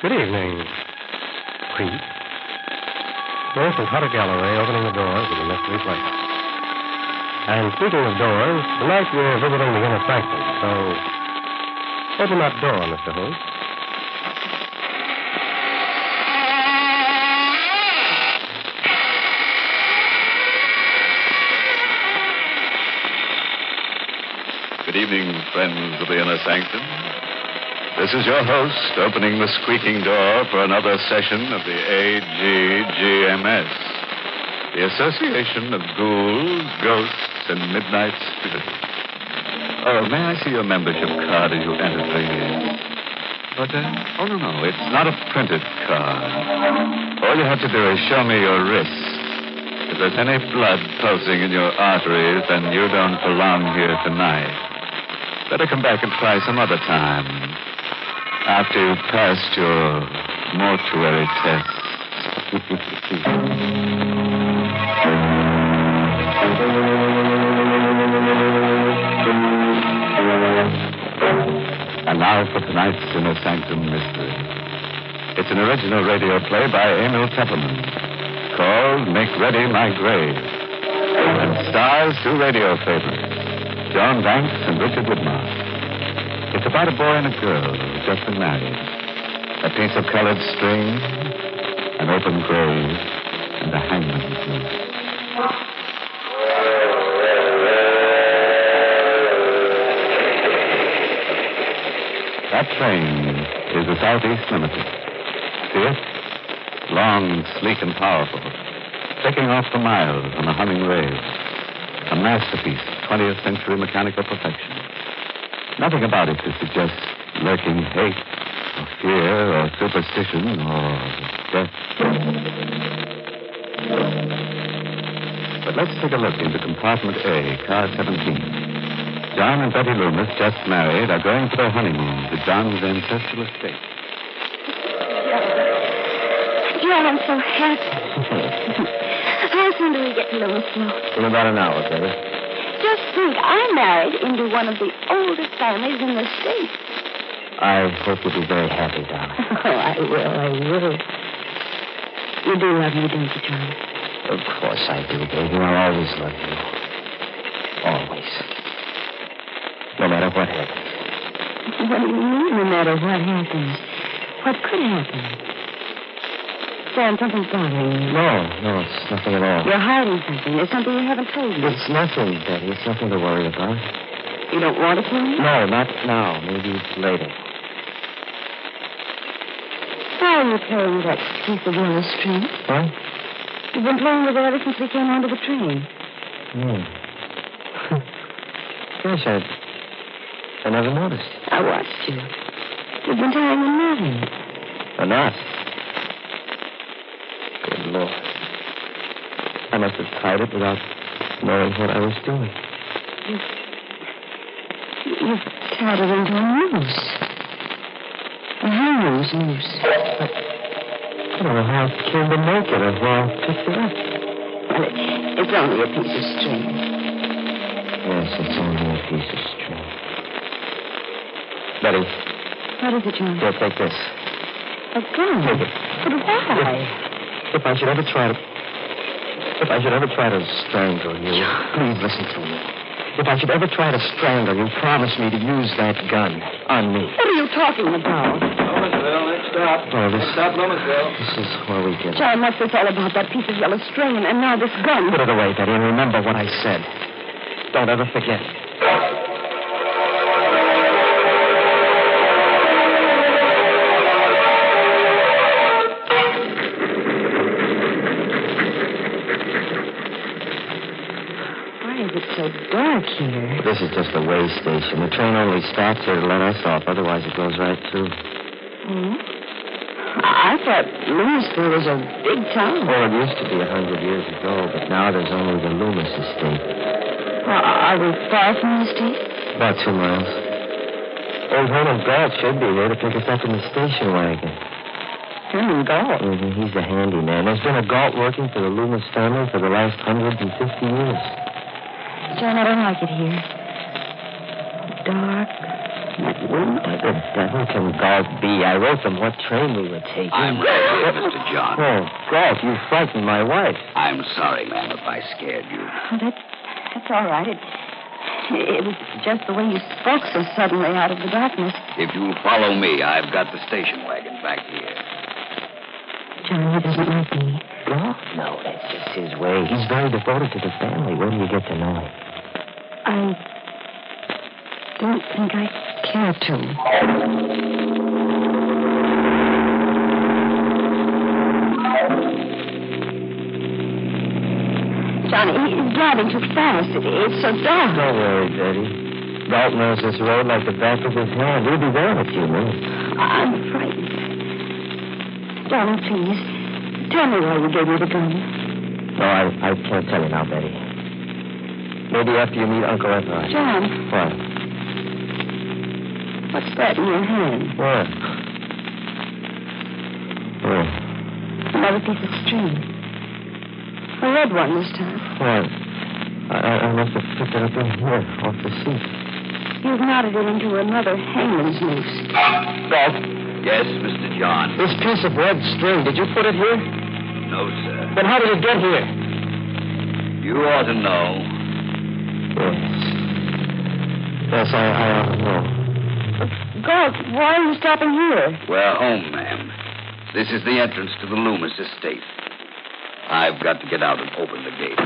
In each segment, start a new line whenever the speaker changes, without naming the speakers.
Good evening, Creed. North is Hutter Galloway opening the doors of the Mystery Playhouse. And speaking of doors, tonight we're visiting the inner sanctum, so open that door, Mr. Holt.
Good evening, friends of the Inner Sanctum. This is your host opening the squeaking door for another session of the AGGMS, the Association of Ghouls, Ghosts, and Midnight Spirits. Oh, may I see your membership card as you enter, please? But, uh, oh, no, no, it's not a printed card. All you have to do is show me your wrist. If there's any blood pulsing in your arteries, then you don't belong here tonight. Better come back and try some other time. After you've passed your mortuary test. And now for tonight's Inner Sanctum Mystery. It's an original radio play by Emil Templeman called Make Ready My Grave. And stars two radio favorites, John Banks and Richard Widmark. It's about a boy and a girl who've just been married. A piece of colored string, an open grave, and a hangman's noose. That train is the Southeast Limited. See it? Long, sleek, and powerful. Taking off for miles on a humming rail. A masterpiece of 20th century mechanical perfection. Nothing about it to suggest lurking hate, or fear, or superstition, or death. But let's take a look into compartment A, car 17. John and Betty Loomis, just married, are going for their honeymoon to John's ancestral estate.
John, I'm so happy. How soon do we get to Louisville?
In about an hour, Betty.
Just think, I married into one of the oldest families in the state.
I hope you'll be very happy, darling.
Oh, I will, I will. You do love me, don't you, John?
Of course I do, baby. I'll always love you. Always. No matter what happens.
What do you mean, no matter what happens? What could happen? Sam, something's bothering you.
No, no, it's nothing at all.
You're hiding something. There's something you haven't told me.
It's nothing, Betty. It's nothing to worry about.
You don't want to tell me?
No, not now. Maybe later.
Why are you playing with that piece of yellow string?
What?
You've been playing with it ever since we came onto the train.
No. Gosh, I... I never noticed.
I watched you. You've been tying a knot in it.
Or not. Good Lord. I must have tied it without knowing what I was doing.
You've tied it into a noose. A hangman's noose.
I don't know how it came to make it or why I picked it up.
Well, it, it's only a piece of string.
Yes, it's only a piece of string. Betty,
What is it, John?
you'll take this.
A gun.
Take it.
But why?
If I should ever try to. If I should ever try to strangle you, please listen to me. If I should ever try to strangle you, promise me to use that gun on me.
What are you talking about?
Loomisville, next stop.
Oh, this,
Next stop, Loomisville.
this is where we get.
John, what's this all about? That piece of yellow string and, and now this gun.
Put it away, Betty, and remember what I said. Don't ever forget.
Why is it so dark here?
This is just a way station. The train only stops here to let us off. Otherwise, it goes right through.
Hmm? I I thought Louisville was a big town.
Oh, it used to be a hundred years ago, but now there's only the Loomis estate.
Are- are we far from the state?
About two miles. Old Herman Galt should be here to pick us up in the station wagon.
Herman Galt.
hmm He's a handy man. There's been a Galt working for the Loomis family for the last hundred and fifty years.
John, I don't like it here. Dark,
When by the devil can golf be? I wrote them what train we were taking.
I'm right here, Mr. John.
Oh, golf, you frightened my wife.
I'm sorry, ma'am, if I scared you.
Oh, that's, that's all right. It, it was just the way you spoke so suddenly out of the darkness.
If you'll follow me, I've got the station wagon back here.
John, he doesn't like me.
Golf? No, that's just his way. He's very devoted to the family. When do you get to know him?
I don't think I care to. Johnny, he's driving too fast. It, it's so dark.
Don't worry, Betty. Dalton knows this road like the back of his hand. We'll be there in a few minutes.
I'm frightened. Johnny, please, tell me why you gave me the gun.
No, I, I can't tell you now, Betty. Maybe after you meet Uncle Everett.
John,
What?
what's that in your hand?
What? What?
Another piece of string. A red one this time.
What? I, I I must have picked it up in here, off the seat.
You've knotted it into another hangman's noose.
Yes, Mr. John.
This piece of red string, did you put it here?
No, sir.
Then how did it get here?
You ought to know.
Yes. Yes, I, I uh, ought to know.
Galt, why are you stopping here?
We're home, ma'am. This is the entrance to the Loomis estate. I've got to get out and open the gate.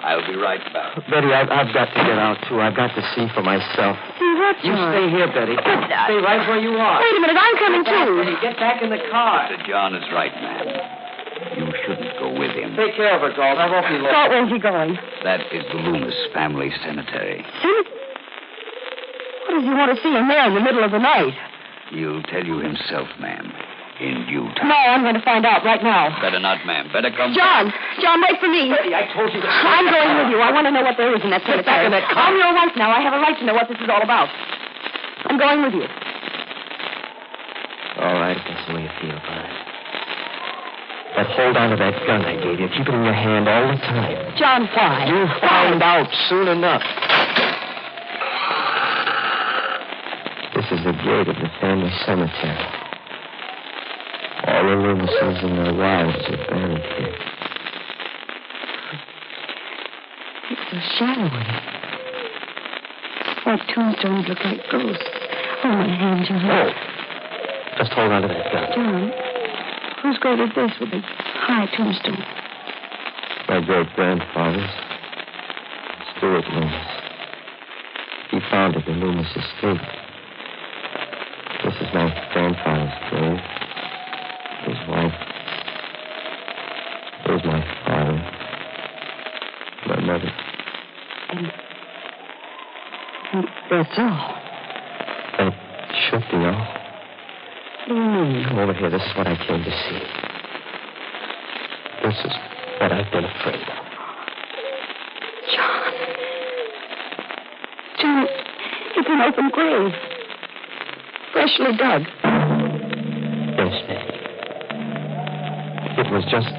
I'll be right back.
Betty, I've, I've got to get out, too. I've got to see for myself.
See, that's
You
all.
stay here, Betty. Stay right where you are.
Wait a minute, I'm coming too.
Get back in the car.
Mr. John is right, ma'am. You shouldn't go with him.
Take care of her, Galt. I won't be
Galt, where's he going?
That is the Loomis family cemetery.
See? What does he want to see in there in the middle of the night?
He'll tell you himself, ma'am, in due time.
No, I'm going to find out right now.
Better not, ma'am. Better come.
John, John, wait for me. I told you. I'm going with you. I want to know what there is in that cemetery.
back in that car.
I'm your wife now. I have a right to know what this is all about. I'm going with you.
All right, if that's the way you feel about it. But hold on to that gun I gave you. Keep it in your hand all the time.
John, why?
You'll find out soon enough. This is the gate of the family cemetery. All the Lumises and their wives are buried here.
It's so shadowy. Our tombstones look like ghosts. Oh, my hand, John.
Oh, just hold on to that gun.
John, whose grave is this with a high tombstone?
My great grandfather's, Stuart Loomis. He founded the Loomis estate. This is my grandfather's grave. His wife. There's my father. My mother.
And That's all.
That should be all.
What do you mean?
Come over here. This is what I came to see. This is what I've been afraid of.
John. John, it's an open grave. Freshly dug.
Yes, Betty. It was just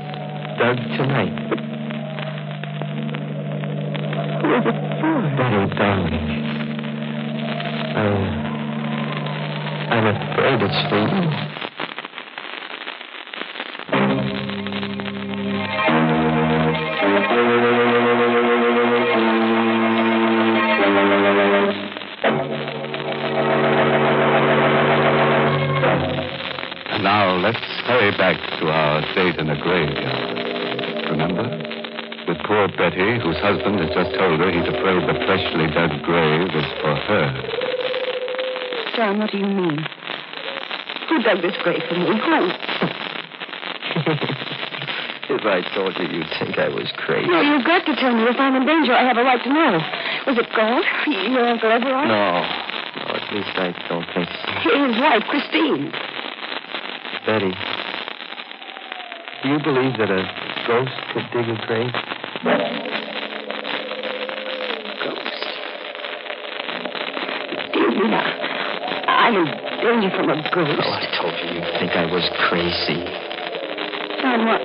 dug tonight.
Who is it for?
Betty, darling. I'm, I'm afraid it's for you.
Oh.
And now let's hurry back to our date in the graveyard. Remember? With poor Betty, whose husband has just told her he's afraid the freshly dug grave is for her.
John, what do you mean? Who dug this grave for me? Who?
if I told you, you'd think I was crazy.
No, you've got to tell me. If I'm in danger, I have a right to know. Was it Gold? Your Uncle Everard?
No. No, at least I don't think so.
His wife, Christine.
Betty, do you believe that a ghost could dig a grave?
Ghost. Dear me, now. I'm in danger from a ghost.
Oh, told you, you'd think I was crazy.
John, what?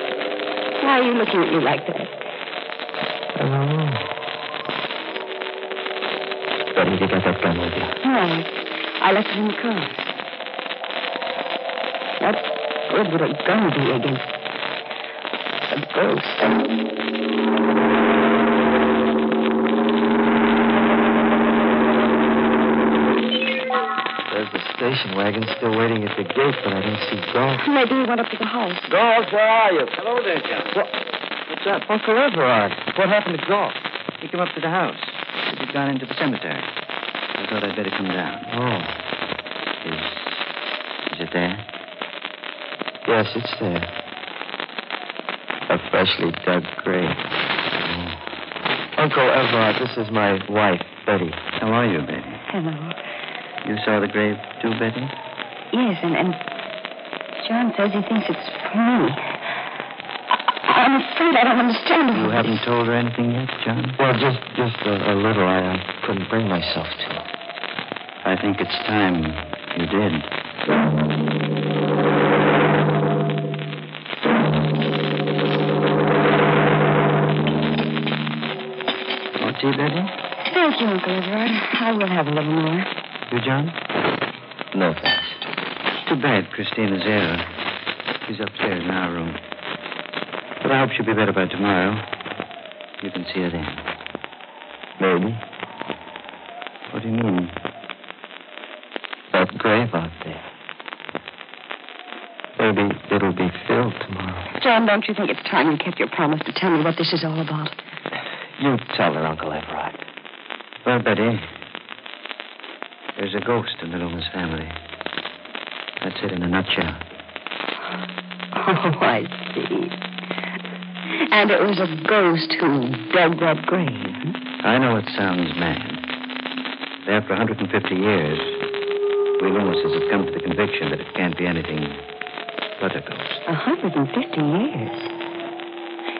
Why are you looking at me like that?
I don't
Oh.
Hmm.
know. Betty, you got that gun with you?
No. I left it in the car. What good would a gun be against a ghost?
There's the station wagon still waiting at the gate, but I don't see Dolph.
Maybe he went up to the house.
Dolph, where are you?
Hello there, John.
What's up? Uncle Everard. What happened to Dolph?
He came up to the house. He had gone into the cemetery. I thought I'd better come down.
Oh. Is, is it there? Yes, it's there. A freshly dug grave. Uncle Everard, this is my wife, Betty.
How are you, Betty?
Hello.
You saw the grave too, Betty?
Yes, and, and John says he thinks it's for me. I, I'm afraid I don't understand.
You haven't told her anything yet, John?
Well, just just a, a little. I, I couldn't bring myself to.
I think it's time you did. Oh, tea, Betty?
Thank you, Uncle Everard. I will have a little more.
You, John?
No thanks.
It's too bad Christina's ill. She's upstairs in our room. But I hope she'll be better by tomorrow. You can see her then.
Maybe
What do you mean?
that grave out there. Maybe it'll be filled tomorrow.
John, don't you think it's time you kept your promise to tell me what this is all about?
You tell her, Uncle Everard.
Well, Betty, there's a ghost in the Loomis family. That's it in a nutshell.
Oh, I see. And it was a ghost who dug that grave.
I know it sounds mad. but After 150 years, we Loomises have come to the conviction that it can't be anything but a ghost.
A hundred and fifty years.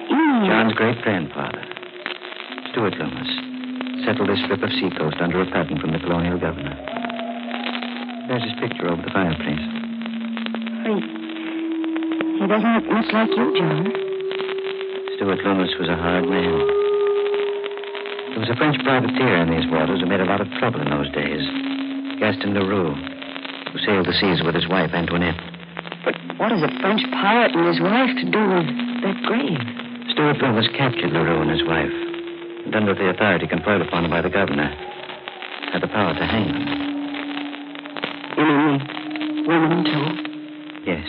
Ew.
John's great grandfather, Stuart Loomis, settled this strip of seacoast under a patent from the colonial governor. There's his picture over the fireplace.
He doesn't look much like you, John.
Stuart Loomis was a hard man. There was a French privateer in these waters who made a lot of trouble in those days. Gaston Leroux, who sailed the seas with his wife, Antoinette.
But what is a French pirate and his wife to do with that grave?
Stuart Loomis captured Leroux and his wife, and under the authority conferred upon him by the governor, had the power to hang them.
You mean the women, too?
Yes.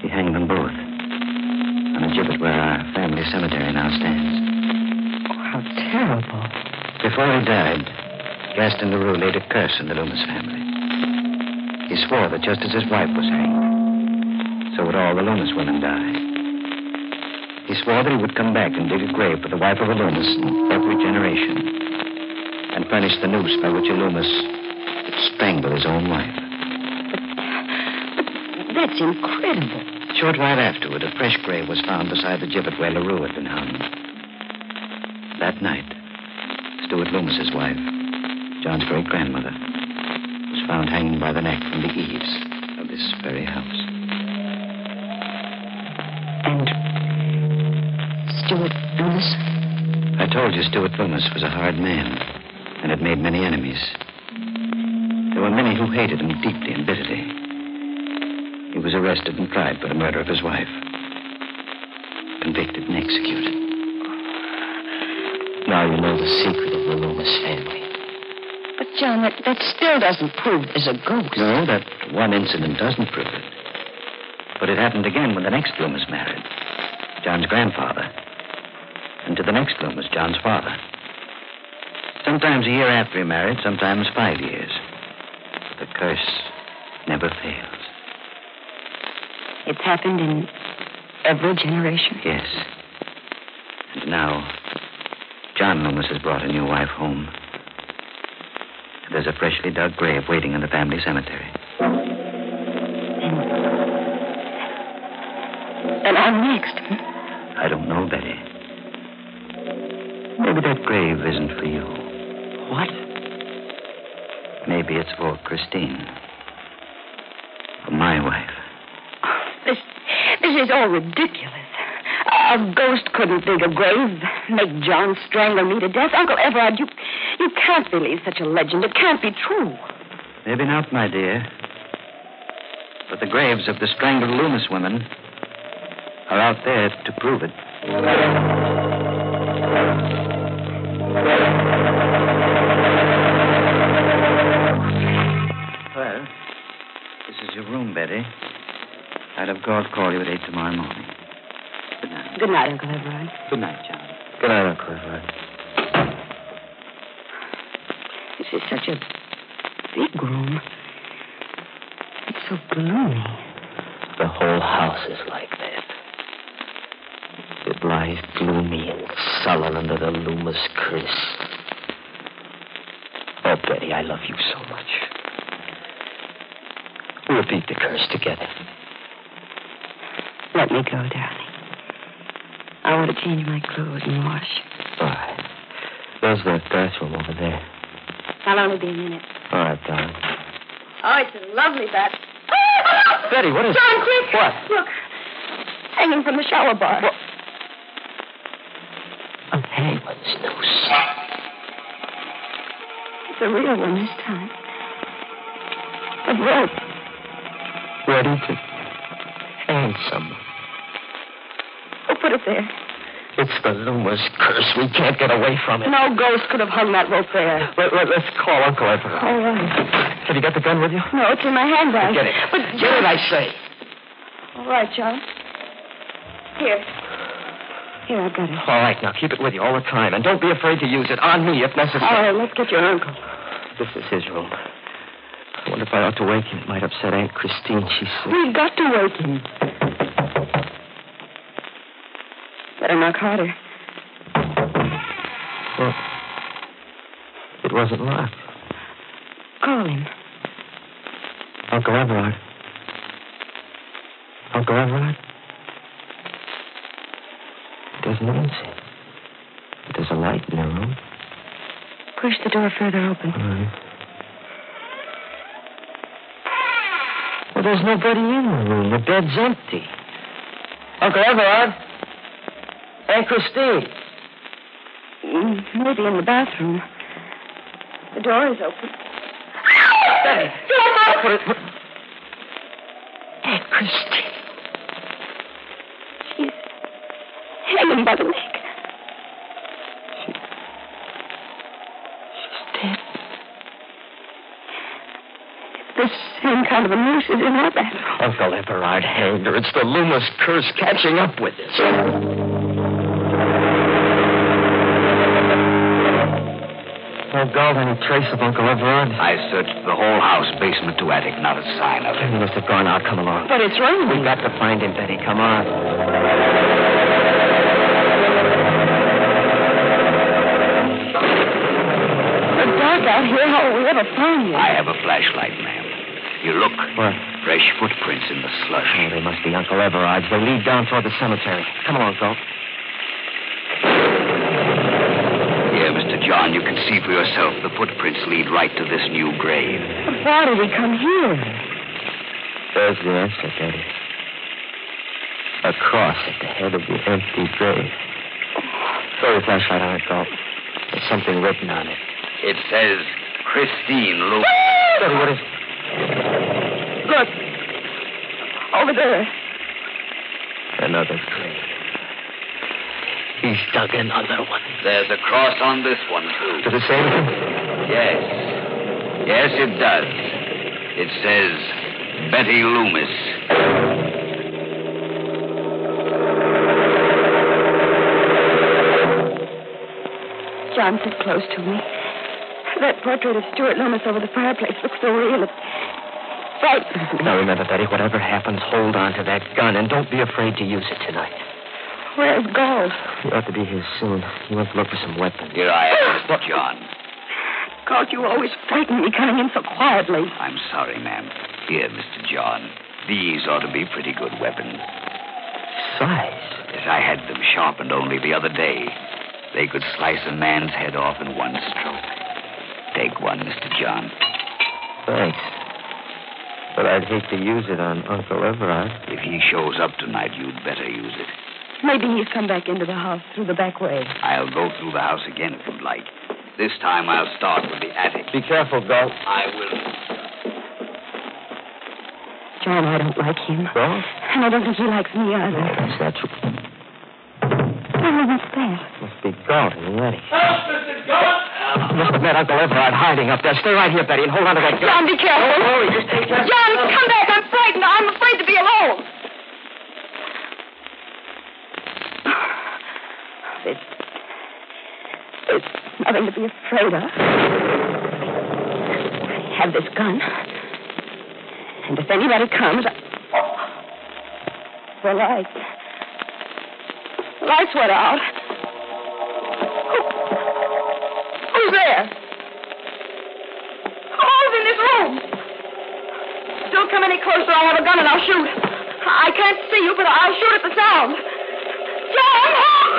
He hanged them both on a gibbet where our family cemetery now stands.
Oh, how terrible.
Before he died, Gaston Leroux laid a curse on the Loomis family. He swore that just as his wife was hanged, so would all the Loomis women die. He swore that he would come back and dig a grave for the wife of a Loomis in every generation and furnish the noose by which a Loomis would strangle his own wife.
That's incredible.
Short while afterward, a fresh grave was found beside the gibbet where LaRue had been hung. That night, Stuart Loomis's wife, John's great grandmother, was found hanging by the neck from the eaves of this very house.
And Stuart Lewis?
I told you Stuart Loomis was a hard man and had made many enemies. There were many who hated him deeply and bitterly. He was arrested and tried for the murder of his wife, convicted and executed.
Now you know the secret of the Loomis family.
But, John, that, that still doesn't prove there's a ghost.
No, that one incident doesn't prove it. But it happened again when the next Loomis married John's grandfather. And to the next Loomis, John's father. Sometimes a year after he married, sometimes five years. But the curse never fails.
It's happened in every generation.
Yes. And now, John Loomis has brought a new wife home. And There's a freshly dug grave waiting in the family cemetery.
And I'm next. hmm?
I don't know, Betty. Maybe that grave isn't for you. What? Maybe it's for Christine. For my wife.
This, this is all ridiculous. I A ghost couldn't dig a grave, make John strangle me to death. Uncle Everard, you, you can't believe such a legend. It can't be true.
Maybe not, my dear. But the graves of the strangled Loomis women are out there to prove it. Well, this is your room, Betty. I'd have God call you at 8 tomorrow morning. Good night.
Good night, Uncle Everard.
Good night, John.
Good night, Uncle Everard.
This is such a big room. It's so gloomy.
The whole house is like that. It lies gloomy and sullen under the Loomis curse. Oh, Betty, I love you so much. We'll beat the curse together.
Let me go, darling. I want to change my clothes and wash.
All right. There's that bathroom over there.
I'll only be a minute.
All right, darling.
Oh, it's a lovely bath.
Betty, what is-
John, quick!
What?
Look, hanging from the shower bar.
A penguin's noose.
It's a real one this time. A rope.
Ready to hang someone.
Who Oh, put it there?
It's the Loomis curse. We can't get away from it.
No ghost could have hung that rope there.
Let, let, us call Uncle Everett.
All right.
Have you got the gun with you?
No, it's in my handbag.
Get it.
But
Get it, I say.
All right, John. Here. Here, I've got it.
All right, now keep it with you all the time, and don't be afraid to use it on me if necessary.
All right, let's get your uncle.
This is his room. I wonder if I ought to wake him. It might upset Aunt Christine. She's sick.
We've got to wake him. Better knock harder.
Well, it wasn't locked.
Call him.
Uncle Everard. Uncle Everard. It doesn't answer. But There's a light in the room.
Push the door further open.
All right. Well, there's nobody in the room. The bed's empty. Uncle Everard. Aunt Christine.
Mm, Maybe in the bathroom. The door is open.
Betty.
John!
What, what? Aunt Christine.
She's hanging by the leg.
She's dead.
The same kind of a noose is in our bathroom.
Uncle Everard hanged her. It's the Loomis curse catching up with us. No gold, any trace of Uncle Everard?
I searched the whole house, basement to attic, not a sign of
He
him.
must have gone out. Come along. But it's raining. We've got to find him, Betty. Come on.
The dark out here, how will we ever find you?
I have a flashlight, ma'am. You look.
What?
Fresh footprints in the slush.
Oh, they must be Uncle Everard's. They lead down toward the cemetery. Come along, Gold.
Here, Mr. John, you can see for yourself the footprints lead right to this new grave.
But Why did he come here?
There's the answer, Betty. A cross at the head of the empty grave. Throw your flashlight on it, Gold. There's something written on it.
It says Christine Lu.
Betty, what is it?
Look. Over there.
Another grave. He's dug another one.
There's a cross on this one,
To
too.
the same thing?
Yes. Yes, it does. It says Betty Loomis.
John, sit close to me. That portrait of Stuart Loomis over the fireplace looks so real. It frightens me.
Now remember, Betty, whatever happens, hold on to that gun and don't be afraid to use it tonight.
Where's Gold?
You ought to be here soon. You went to look for some weapons.
Here I am, Mr. John.
God, you always frighten me coming in so quietly.
I'm sorry, ma'am. Here, Mr. John. These ought to be pretty good weapons.
Size.
As I had them sharpened only the other day, they could slice a man's head off in one stroke. Take one, Mr. John.
Thanks. But I'd hate to use it on Uncle Everard.
If he shows up tonight, you'd better use it.
Maybe he's come back into the house through the back way.
I'll go through the house again if you'd like. This time I'll start with the attic.
Be careful, Galt.
I will.
John, I don't like him.
Well?
And I don't think he likes me either.
Is that you?
Oh, what's that?
Must be Galt in the attic.
Help, Mr. Gullet!
Must have met Uncle Everard hiding up there. Stay right here, Betty, and hold on to that gun.
John, be careful.
Oh,
Don't worry, just take that.
John, come back. I'm frightened. I'm afraid to be alone.
There's, there's nothing to be afraid of. I have this gun. And if anybody comes, I... Well, I... Well, I sweat out. Who- Who's there?
Who's in this room? Don't come any closer. I have a gun and I'll shoot. I can't see you, but I'll shoot at the sound. John, help!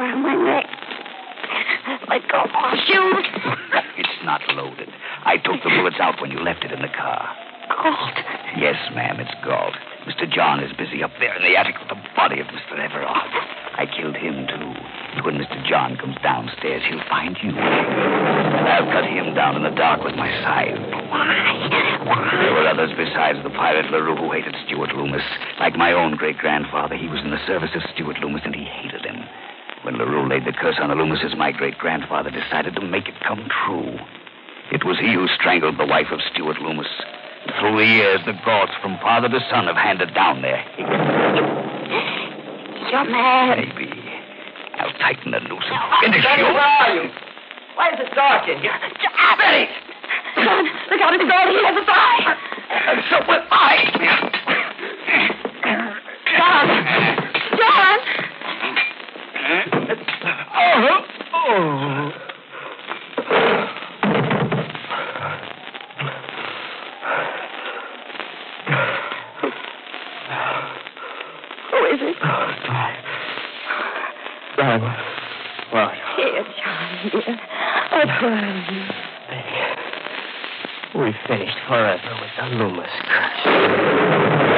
Around my neck. Let go of my shoes.
It's not loaded. I took the bullets out when you left it in the car.
Galt.
Yes, ma'am, it's Galt. Mr. John is busy up there in the attic with the body of Mr. Everard. I killed him, too. When Mr. John comes downstairs, he'll find you. I'll cut him down in the dark with my scythe.
Why? Why?
There were others besides the pirate LaRue who hated Stuart Loomis. Like my own great grandfather, he was in the service of Stuart Loomis and he hated him. When LaRue laid the curse on the Loomises, my great grandfather decided to make it come true. It was he who strangled the wife of Stuart Loomis. Through the years, the Gaults, from father to son, have handed down their hate.
You're mad.
Maybe. I'll tighten the noose
Ah,
and finish
Betty,
you.
where are you? Why is it dark in here?
Stop it! John, look out, it's Galt. He has a fire.
And so will I.
John!
Uh-huh.
Who Oh, is it?
Oh, Don. Well,
Here, John, dear. Oh, poor of you.
we finished forever with the Loomis curse.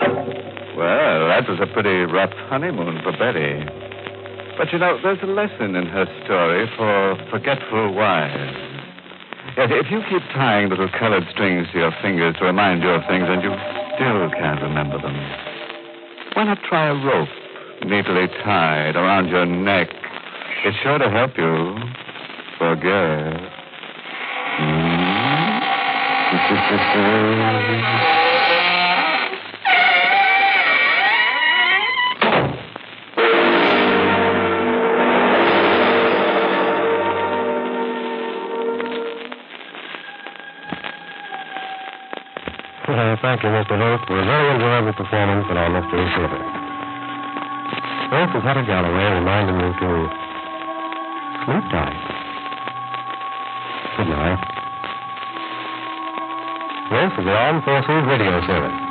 Well, that was a pretty rough honeymoon for Betty. But you know, there's a lesson in her story for forgetful wives. Yet if you keep tying little colored strings to your fingers to remind you of things and you still can't remember them, why not try a rope neatly tied around your neck? It's sure to help you forget.
Uh, thank you, Mr. Hope, for a very enjoyable performance in our mystery theater. Hope and Heather Galloway reminding you to sleep tight. Good night. This is the Armed Forces Radio Service.